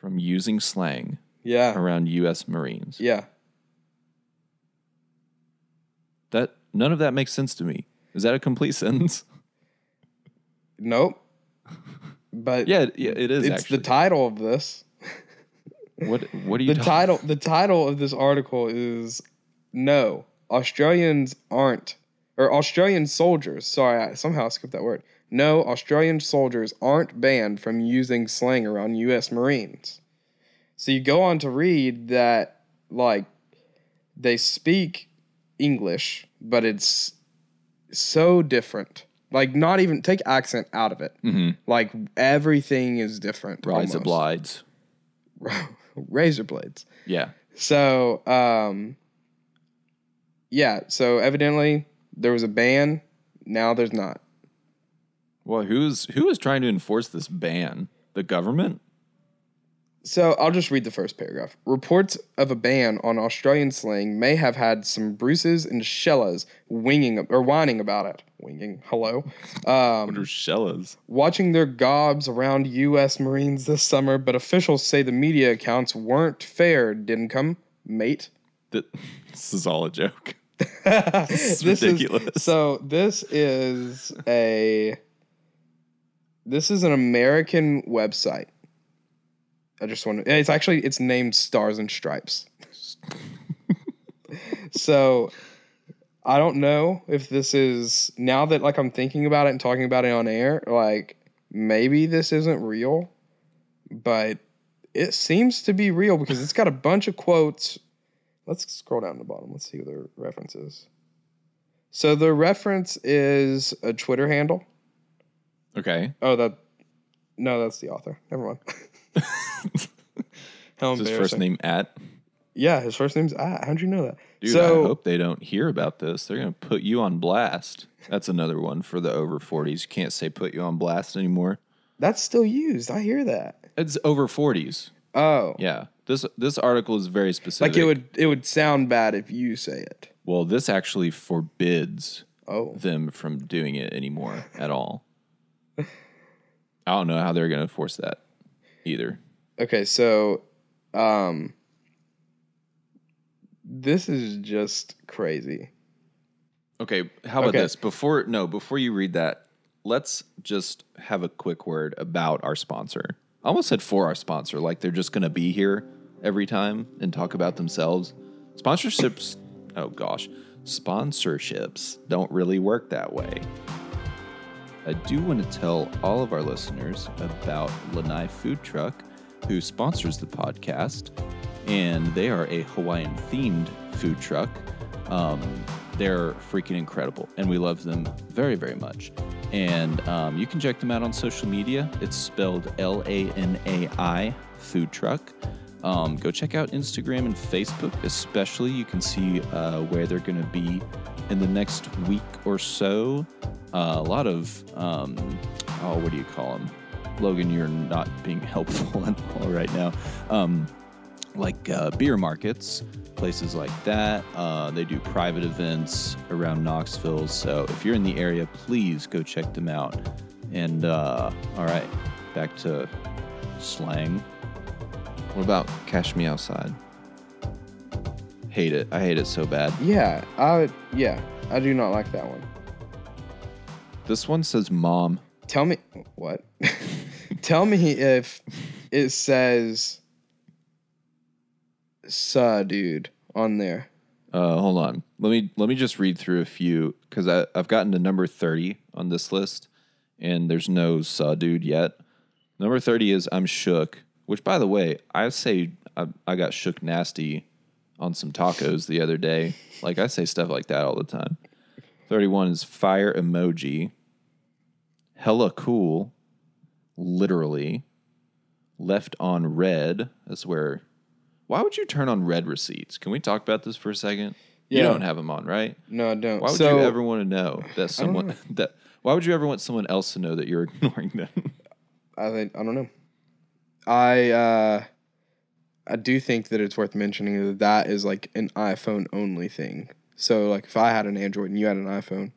Speaker 1: from using slang
Speaker 2: Yeah.
Speaker 1: around U.S. Marines.
Speaker 2: Yeah.
Speaker 1: That none of that makes sense to me. Is that a complete sentence?
Speaker 2: Nope. But
Speaker 1: Yeah, it, yeah, it is.
Speaker 2: it's
Speaker 1: actually.
Speaker 2: the title of this.
Speaker 1: what What are you?
Speaker 2: The
Speaker 1: talking-
Speaker 2: title the title of this article is No, Australians aren't or Australian soldiers. Sorry, I somehow skipped that word. No, Australian soldiers aren't banned from using slang around US Marines. So you go on to read that like they speak English, but it's so different. Like not even take accent out of it.
Speaker 1: Mhm.
Speaker 2: Like everything is different.
Speaker 1: Rise
Speaker 2: almost.
Speaker 1: oblige.
Speaker 2: Razor blades.
Speaker 1: Yeah.
Speaker 2: So, um, yeah. So evidently there was a ban. Now there's not.
Speaker 1: Well, who's who is trying to enforce this ban? The government?
Speaker 2: So I'll just read the first paragraph. Reports of a ban on Australian slang may have had some Bruces and Shellas winging or whining about it. Winging, hello. Um,
Speaker 1: What are Shellas?
Speaker 2: watching their gobs around U.S. Marines this summer, but officials say the media accounts weren't fair, didn't come, mate.
Speaker 1: That this is all a joke.
Speaker 2: this is-
Speaker 1: ridiculous.
Speaker 2: so this is a this is an American website. I just want to. It's actually it's named Stars and Stripes. so I don't know if this is now that like I'm thinking about it and talking about it on air. Like maybe this isn't real, but it seems to be real because it's got a bunch of quotes. Let's scroll down to the bottom. Let's see what their reference is. So the reference is a Twitter handle.
Speaker 1: Okay.
Speaker 2: Oh, that no, that's the author. Never mind. How
Speaker 1: Is his
Speaker 2: embarrassing.
Speaker 1: first name at?
Speaker 2: Yeah, his first name's I. How'd you know that?
Speaker 1: Dude,
Speaker 2: so
Speaker 1: I hope they don't hear about this. They're gonna put you on blast. That's another one for the over forties. You can't say put you on blast anymore.
Speaker 2: that's still used. I hear that.
Speaker 1: It's over forties.
Speaker 2: Oh,
Speaker 1: Yeah. This this article is very specific.
Speaker 2: like it would it would sound bad if you say it.
Speaker 1: Well, this actually forbids
Speaker 2: Oh,
Speaker 1: them from doing it anymore at all. I don't know how they're going to force that either.
Speaker 2: okay. So, um, this is just crazy.
Speaker 1: Okay, how about
Speaker 2: Okay.
Speaker 1: this? Before no, before you read that, let's just have a quick word about our sponsor. I almost said for our sponsor, like they're just going to be here every time and talk about themselves. Sponsorships, oh gosh, sponsorships don't really work that way. I do want to tell all of our listeners about Lanai Food Truck, who sponsors the podcast, and they are a Hawaiian themed food truck. Um, they're freaking incredible, and we love them very, very much. And um, you can check them out on social media. It's spelled L A N A I Food Truck. Um, go check out Instagram and Facebook, especially. You can see uh, where they're going to be in the next week or so. Uh, a lot of, um, oh, what do you call them? Logan, you're not being helpful at all right now. Um, like uh, beer markets, places like that. Uh, they do private events around Knoxville. So if you're in the area, please go check them out. And uh, all right, back to slang. What about Cash Me Outside? Hate it. I hate it so bad.
Speaker 2: Yeah, I yeah, I do not like that one.
Speaker 1: This one says mom.
Speaker 2: Tell me what? Tell me if it says "sa dude" on there.
Speaker 1: Uh, hold on. Let me let me just read through a few because I've gotten to number thirty on this list, and there's no saw dude yet. Number thirty is I'm shook, which by the way I say I, I got shook nasty on some tacos the other day. Like I say stuff like that all the time. Thirty one is fire emoji. Hella cool, literally. Left on red. That's where why would you turn on red receipts? Can we talk about this for a second? You
Speaker 2: Yeah.
Speaker 1: don't have them on, right?
Speaker 2: No, I don't.
Speaker 1: Why would
Speaker 2: so
Speaker 1: you ever want to know that someone that why would you ever want someone else to know that you're ignoring them?
Speaker 2: I think I don't know. I uh, I do think that it's worth mentioning that that is like an iPhone only thing. So like, if I had an Android and you had an iPhone,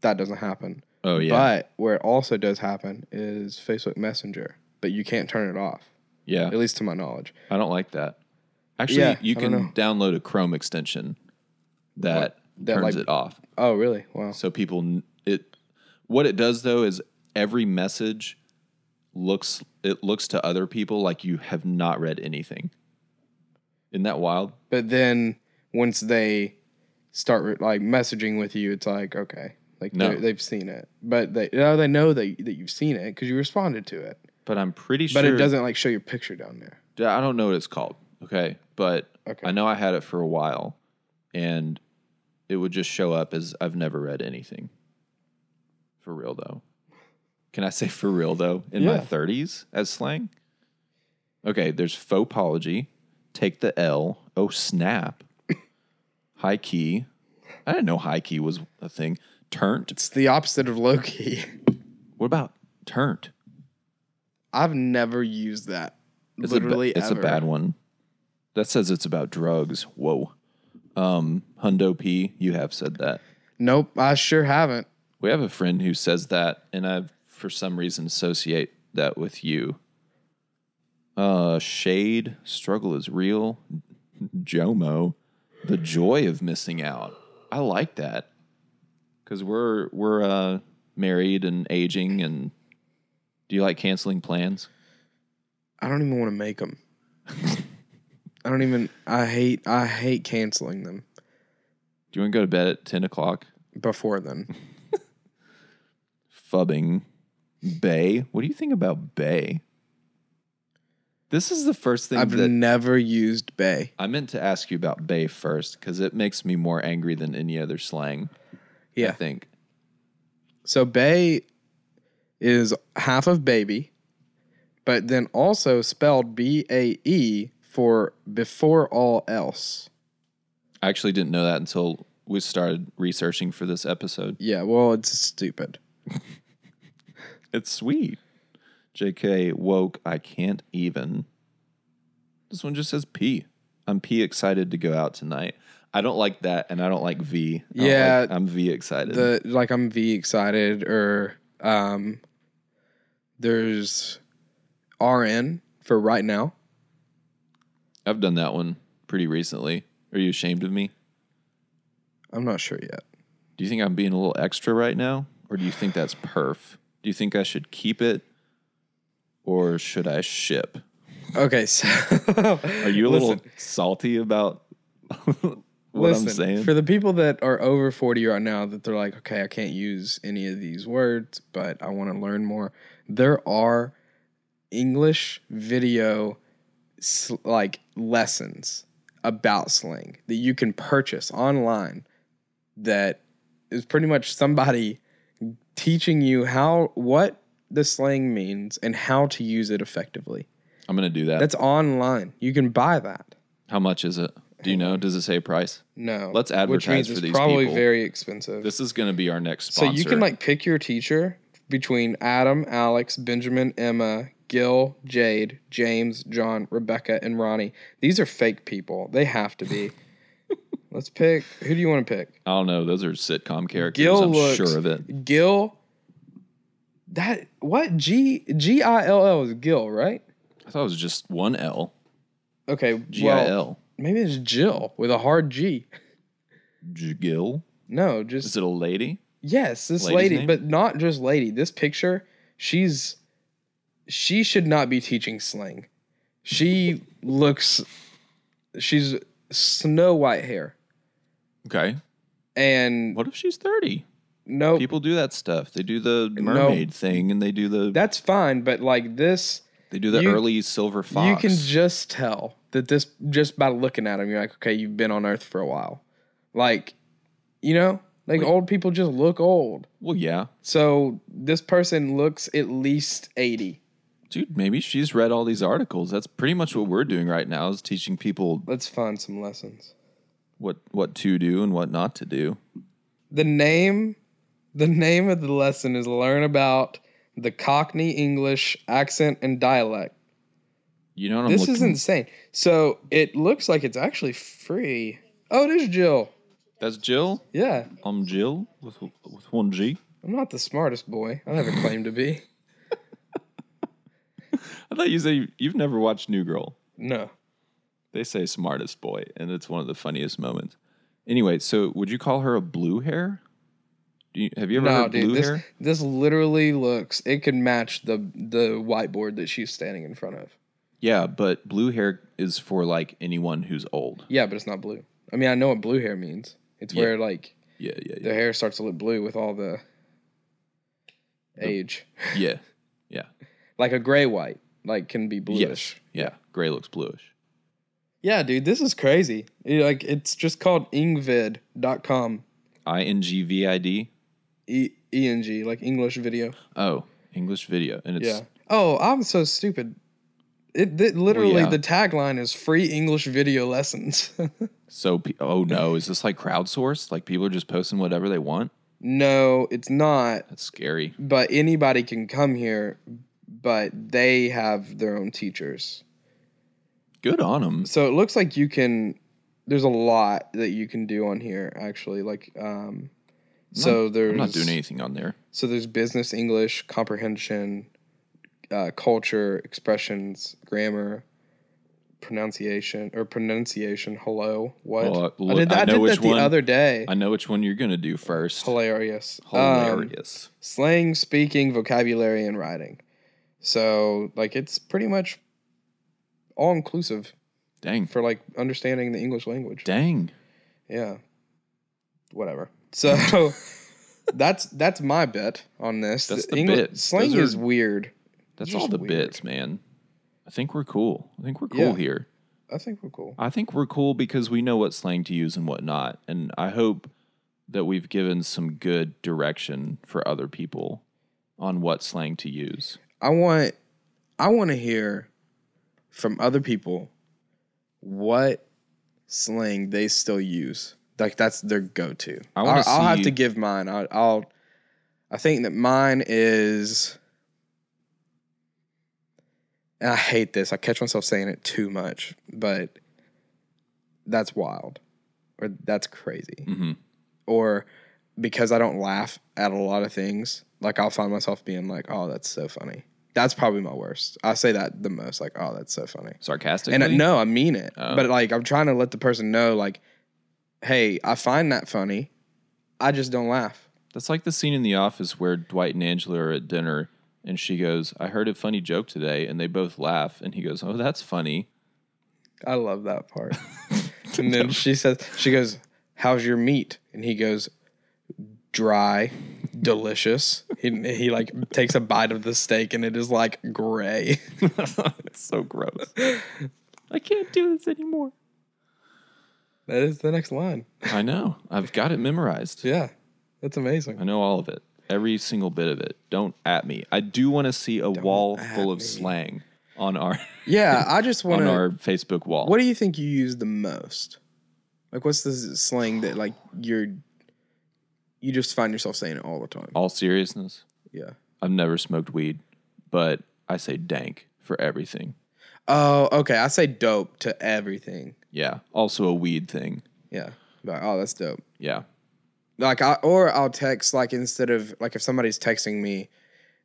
Speaker 2: that doesn't happen.
Speaker 1: Oh
Speaker 2: But where it also does happen is Facebook Messenger, but you can't turn it off.
Speaker 1: yeah.
Speaker 2: At least to my knowledge.
Speaker 1: I don't like that. Actually,
Speaker 2: Yeah,
Speaker 1: you
Speaker 2: I don't
Speaker 1: can download a Chrome extension that,
Speaker 2: That,
Speaker 1: turns
Speaker 2: like-
Speaker 1: it off.
Speaker 2: Oh, really? Wow.
Speaker 1: So people n- it what it does though is every message looks it looks to other people like you have not read anything. Isn't that wild?
Speaker 2: But then once they start like messaging with you, it's like okay, like
Speaker 1: No.
Speaker 2: they- they've seen it, but they no, they know that that you've seen it because you responded to it,
Speaker 1: But I'm pretty sure
Speaker 2: but it doesn't like show your picture down there.
Speaker 1: I don't know what it's called. Okay. But
Speaker 2: Okay.
Speaker 1: I know I had it for a while and it would just show up as I've never read anything. For real though. Can I say for real though? In my
Speaker 2: Yeah.
Speaker 1: 30s as slang? Okay, there's phopology, take the L, oh snap, high key. I didn't know high key was a thing. Turnt.
Speaker 2: It's the opposite of low key.
Speaker 1: What about turnt?
Speaker 2: I've never used that.
Speaker 1: It's
Speaker 2: literally,
Speaker 1: a ba- it's
Speaker 2: ever.
Speaker 1: a bad one. That says it's about drugs. Whoa. Um, Hundo P, you have said that.
Speaker 2: Nope, I sure haven't.
Speaker 1: We have a friend who says that, and I, for some reason, associate that with you. Uh, shade, struggle is real. Jomo, the joy of missing out. I like that because we're we're uh, married and aging. And do you like canceling plans?
Speaker 2: I don't even want to make them. I don't even. I hate. I hate canceling them
Speaker 1: Do you want to go to bed at ten o'clock?
Speaker 2: before then.
Speaker 1: fubbing bay what do you think about bay this is the first thing
Speaker 2: I've
Speaker 1: that
Speaker 2: never used bay.
Speaker 1: i meant to ask you about bay first because it makes me more angry than any other slang i
Speaker 2: Yeah.
Speaker 1: think
Speaker 2: So bay is half of baby, but then also spelled B A E for before all else.
Speaker 1: i actually didn't know that until we started researching for this episode
Speaker 2: Yeah, well, it's stupid.
Speaker 1: it's sweet jk woke i can't even this one just says p i'm p excited to go out tonight i don't like that and i don't like v I don't
Speaker 2: Yeah,
Speaker 1: like- i'm v excited
Speaker 2: The like I'm V excited or um there's RN for right now.
Speaker 1: i've done that one pretty recently are you ashamed of me
Speaker 2: I'm not sure yet.
Speaker 1: Do you think I'm being a little extra right now? Or do you think that's perf? Do you think I should keep it? Or should I ship?
Speaker 2: Okay, so
Speaker 1: Are you a little salty about what
Speaker 2: Listen,
Speaker 1: I'm saying?
Speaker 2: For the people that are over 40 right now, that they're like, okay, I can't use any of these words, but I want to learn more. There are English video sl- like lessons about slang that you can purchase online that is pretty much somebody teaching you how what the slang means and how to use it effectively.
Speaker 1: I'm going to do that.
Speaker 2: That's online. You can buy that.
Speaker 1: How much is it? Do you know? Does it say price?
Speaker 2: No.
Speaker 1: Let's
Speaker 2: Which
Speaker 1: advertise
Speaker 2: means
Speaker 1: for
Speaker 2: it's
Speaker 1: these
Speaker 2: probably
Speaker 1: people.
Speaker 2: very expensive.
Speaker 1: This is going to be our next
Speaker 2: so
Speaker 1: sponsor.
Speaker 2: you can like pick your teacher between Adam, Alex, Benjamin, Emma, Gil, Jade, James, John, Rebecca, and Ronnie. These are fake people. They have to be. Let's pick. Who do you want to pick?
Speaker 1: I don't know. Those are sitcom characters.
Speaker 2: Gil
Speaker 1: I'm
Speaker 2: looks-
Speaker 1: sure of it.
Speaker 2: Gil. That what G G I L L is Gil, right?
Speaker 1: I thought it was just one L.
Speaker 2: Okay.
Speaker 1: G I
Speaker 2: Well,
Speaker 1: L.
Speaker 2: maybe it's Jill with a hard G.
Speaker 1: Gil.
Speaker 2: No, just
Speaker 1: Is it a lady?
Speaker 2: Yes, this
Speaker 1: Lady's
Speaker 2: lady,
Speaker 1: name?
Speaker 2: but not just lady. This picture, she's she should not be teaching slang. She looks she's snow white hair.
Speaker 1: Okay.
Speaker 2: And
Speaker 1: What if she's 30?
Speaker 2: no
Speaker 1: People do that stuff. They do the mermaid thing and they do the
Speaker 2: that's fine, but like this
Speaker 1: They do the
Speaker 2: You-
Speaker 1: early Silver Fox.
Speaker 2: you can just tell that this just by looking at him, you're like, okay, you've been on Earth for a while. Like, you know, like
Speaker 1: Wait.
Speaker 2: old people just look old.
Speaker 1: well, yeah,
Speaker 2: So this person looks at least 80.
Speaker 1: dude. Maybe she's read all these articles. That's pretty much what we're doing right now is teaching people
Speaker 2: Let's find some lessons.
Speaker 1: what what to do and what not to do.
Speaker 2: the name the name of the lesson is learn about the cockney english accent and dialect
Speaker 1: You know what
Speaker 2: this
Speaker 1: I'm looking.
Speaker 2: is insane so it looks like it's actually free oh it is jill
Speaker 1: That's Jill.
Speaker 2: yeah
Speaker 1: I'm Jill with with one G.
Speaker 2: i'm not the smartest boy i never claimed to be
Speaker 1: I thought you said you, you've never watched New Girl.
Speaker 2: no
Speaker 1: They say smartest boy, and it's one of the funniest moments. Anyway, so would you call her a blue hair? Do you, have you ever
Speaker 2: No,
Speaker 1: heard
Speaker 2: dude,
Speaker 1: blue
Speaker 2: this
Speaker 1: hair?
Speaker 2: this literally looks it could match the the whiteboard that she's standing in front of.
Speaker 1: Yeah, but blue hair is for like anyone who's old.
Speaker 2: Yeah, but it's not blue. I mean, I know what blue hair means. It's
Speaker 1: Yeah.
Speaker 2: where like
Speaker 1: Yeah, yeah,
Speaker 2: the
Speaker 1: yeah.
Speaker 2: hair starts to look blue with all the age.
Speaker 1: yeah, yeah.
Speaker 2: Like a gray white, like can be
Speaker 1: Yes.
Speaker 2: bluish.
Speaker 1: Yeah. Gray looks bluish.
Speaker 2: Yeah, dude, this is crazy. It- like it's just called ingvid.com.
Speaker 1: I N G V I D.
Speaker 2: E E N G, like English video.
Speaker 1: Oh, English video. And it's
Speaker 2: Yeah. Oh, I'm so stupid. It, th literally
Speaker 1: yeah.
Speaker 2: the tagline is free English video lessons.
Speaker 1: so, pe- oh no, is this like crowdsourced? Like people are just posting whatever they want?
Speaker 2: no, it's not.
Speaker 1: That's scary.
Speaker 2: But anybody can come here, but they have their own teachers.
Speaker 1: Good on them.
Speaker 2: So it looks like you can. There's a lot that you can do on here actually. Like, um, so there's
Speaker 1: I'm not doing anything on there.
Speaker 2: So there's business English, comprehension, uh, culture, expressions, grammar, pronunciation or pronunciation. Hello, what?
Speaker 1: Oh, I-
Speaker 2: I did that, I
Speaker 1: I know
Speaker 2: did
Speaker 1: which
Speaker 2: that the
Speaker 1: one.
Speaker 2: other day.
Speaker 1: I know which one you're going to do first.
Speaker 2: Hilarious. Um,
Speaker 1: Hilarious.
Speaker 2: slang, speaking, vocabulary, and writing. So like it's pretty much all inclusive
Speaker 1: dang.
Speaker 2: for like understanding the English language.
Speaker 1: Dang.
Speaker 2: Yeah. Whatever. So that's that's my bet on this.
Speaker 1: That's the
Speaker 2: Engli-
Speaker 1: bit. Those
Speaker 2: Slang
Speaker 1: are-
Speaker 2: is weird.
Speaker 1: That's
Speaker 2: Just
Speaker 1: all the
Speaker 2: weird.
Speaker 1: bits, man. I think we're cool. I think we're cool
Speaker 2: Yeah.
Speaker 1: here.
Speaker 2: I think we're cool.
Speaker 1: I think we're cool because we know what slang to use and what not. And I hope that we've given some good direction for other people on what slang to use.
Speaker 2: I want I want to hear from other people what slang they still use. Like that's their go-to.
Speaker 1: I
Speaker 2: I
Speaker 1: wanna
Speaker 2: will I'll have
Speaker 1: see-
Speaker 2: to give mine. I'll, I'll I think that mine is and I hate this. I catch myself saying it too much, but that's wild or that's crazy
Speaker 1: hmm
Speaker 2: or because I don't laugh at a lot of things, like I'll find myself being like, "Oh, that's so funny." That's probably my worst. I say that the most, like, "Oh, that's so funny,"
Speaker 1: Sarcastically?
Speaker 2: and I, no, I mean it.
Speaker 1: Oh.
Speaker 2: But like, I'm trying to let the person know, like, "Hey, I find that funny. I just don't laugh."
Speaker 1: That's like the scene in The Office where Dwight and Angela are at dinner and she goes, I heard a funny joke today. And they both laugh. And he goes, Oh, that's funny.
Speaker 2: I love that part. and then she says, "She goes, how's your meat?" And he goes, "Dry." Delicious. He, he like takes a bite of the steak and it is like gray.
Speaker 1: it's so gross. I can't do this anymore.
Speaker 2: That is the next line.
Speaker 1: I know. I've got it memorized.
Speaker 2: Yeah, that's amazing.
Speaker 1: I know all of it. Every single bit of it. Don't at me. I do want to see a wall
Speaker 2: at
Speaker 1: full of
Speaker 2: me.
Speaker 1: slang on our
Speaker 2: Yeah, I just want
Speaker 1: on
Speaker 2: to.
Speaker 1: our Facebook wall.
Speaker 2: What do you think you use the most? Like, what's the slang that like you're you just find yourself saying it all the time?
Speaker 1: all seriousness,
Speaker 2: Yeah.
Speaker 1: I've never smoked weed, but I say dank for everything.
Speaker 2: Oh, okay. I say dope to everything.
Speaker 1: Yeah. Also a weed thing.
Speaker 2: Yeah. Like, oh, that's dope.
Speaker 1: Yeah.
Speaker 2: Like, I or I'll text like instead of like if somebody's texting me.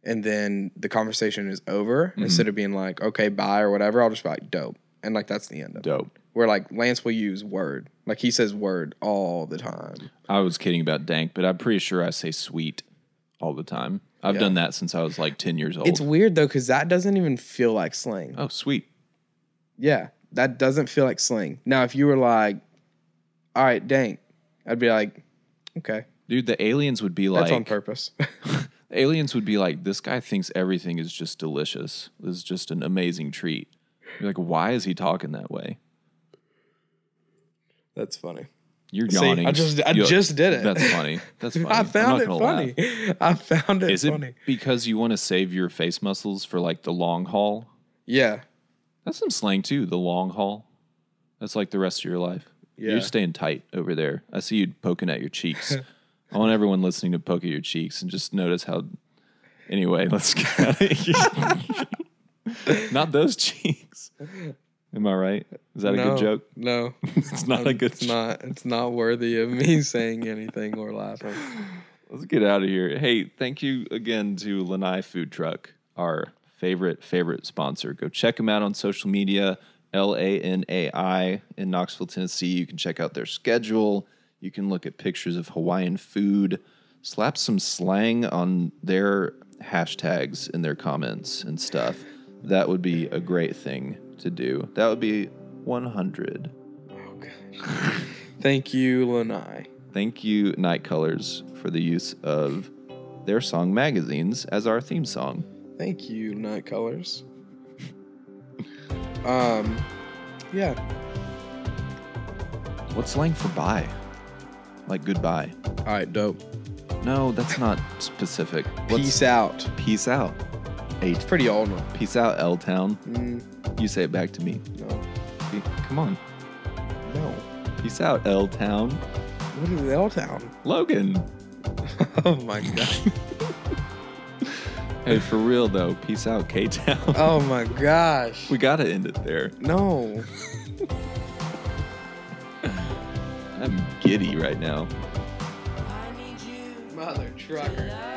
Speaker 2: And then the conversation is over.
Speaker 1: Mm-hmm.
Speaker 2: Instead of being like, okay, bye or whatever, I'll just be like, dope. And like, that's the end of it.
Speaker 1: Dope.
Speaker 2: Where like Lance will use word. Like, he says word all the time.
Speaker 1: I was kidding about dank, but I'm pretty sure I say sweet all the time. I've
Speaker 2: Yeah.
Speaker 1: done that since I was like 10 years old.
Speaker 2: It's weird though, because that doesn't even feel like slang.
Speaker 1: oh, sweet.
Speaker 2: Yeah, that doesn't feel like slang. Now, if you were like, "All right, dang," I'd be like, "Okay,
Speaker 1: Dude, the aliens would be like
Speaker 2: that's on purpose."
Speaker 1: aliens would be like, this guy thinks everything is just delicious. This is just an amazing treat. You're like, why is he talking that way?
Speaker 2: that's funny.
Speaker 1: You're
Speaker 2: See,
Speaker 1: yawning.
Speaker 2: I just I
Speaker 1: You-
Speaker 2: just did it.
Speaker 1: That's funny. That's funny.
Speaker 2: I
Speaker 1: I'm not
Speaker 2: found it
Speaker 1: gonna laugh.
Speaker 2: funny. I found it
Speaker 1: Is it
Speaker 2: funny.
Speaker 1: because you want to save your face muscles for like the long haul?
Speaker 2: Yeah,
Speaker 1: That's some slang too. The long haul. That's like the rest of your life.
Speaker 2: Yeah.
Speaker 1: You're staying tight over there. I see you poking at your cheeks. I want everyone listening to poke at your cheeks and just notice how. Anyway, let's get out of here. Not those cheeks. Am I right? Is that a
Speaker 2: No,
Speaker 1: good joke?
Speaker 2: No,
Speaker 1: It's not a good
Speaker 2: it's
Speaker 1: joke.
Speaker 2: not. It's not worthy of me saying anything or laughing.
Speaker 1: Let's get out of here. Hey, thank you again to Lanai Food Truck, our favorite, favorite sponsor. Go check them out on social media. L A N A I in Knoxville, Tennessee. You can check out their schedule. You can look at pictures of Hawaiian food. Slap some slang on their hashtags in their comments and stuff. That would be a great thing to do. That would be 100.
Speaker 2: Oh gosh. Thank you, Lanai.
Speaker 1: Thank you, Night Colors, for the use of their song magazines as our theme song.
Speaker 2: Thank you, Night Colors. Um, yeah.
Speaker 1: What's slang for bye? Like goodbye.
Speaker 2: All right, dope.
Speaker 1: No, that's not specific. What's-
Speaker 2: Peace out.
Speaker 1: Peace out. Eight.
Speaker 2: It's pretty old one.
Speaker 1: Peace out, L Town.
Speaker 2: Mm,
Speaker 1: You say it back to me.
Speaker 2: no,
Speaker 1: Pe- Come on.
Speaker 2: no.
Speaker 1: Peace out, L Town.
Speaker 2: What is L Town?
Speaker 1: Logan.
Speaker 2: Oh my god.
Speaker 1: Hey, for real though. Peace out, K Town.
Speaker 2: Oh my gosh.
Speaker 1: We gotta end it there.
Speaker 2: no.
Speaker 1: I'm giddy right now.
Speaker 2: Mother trucker.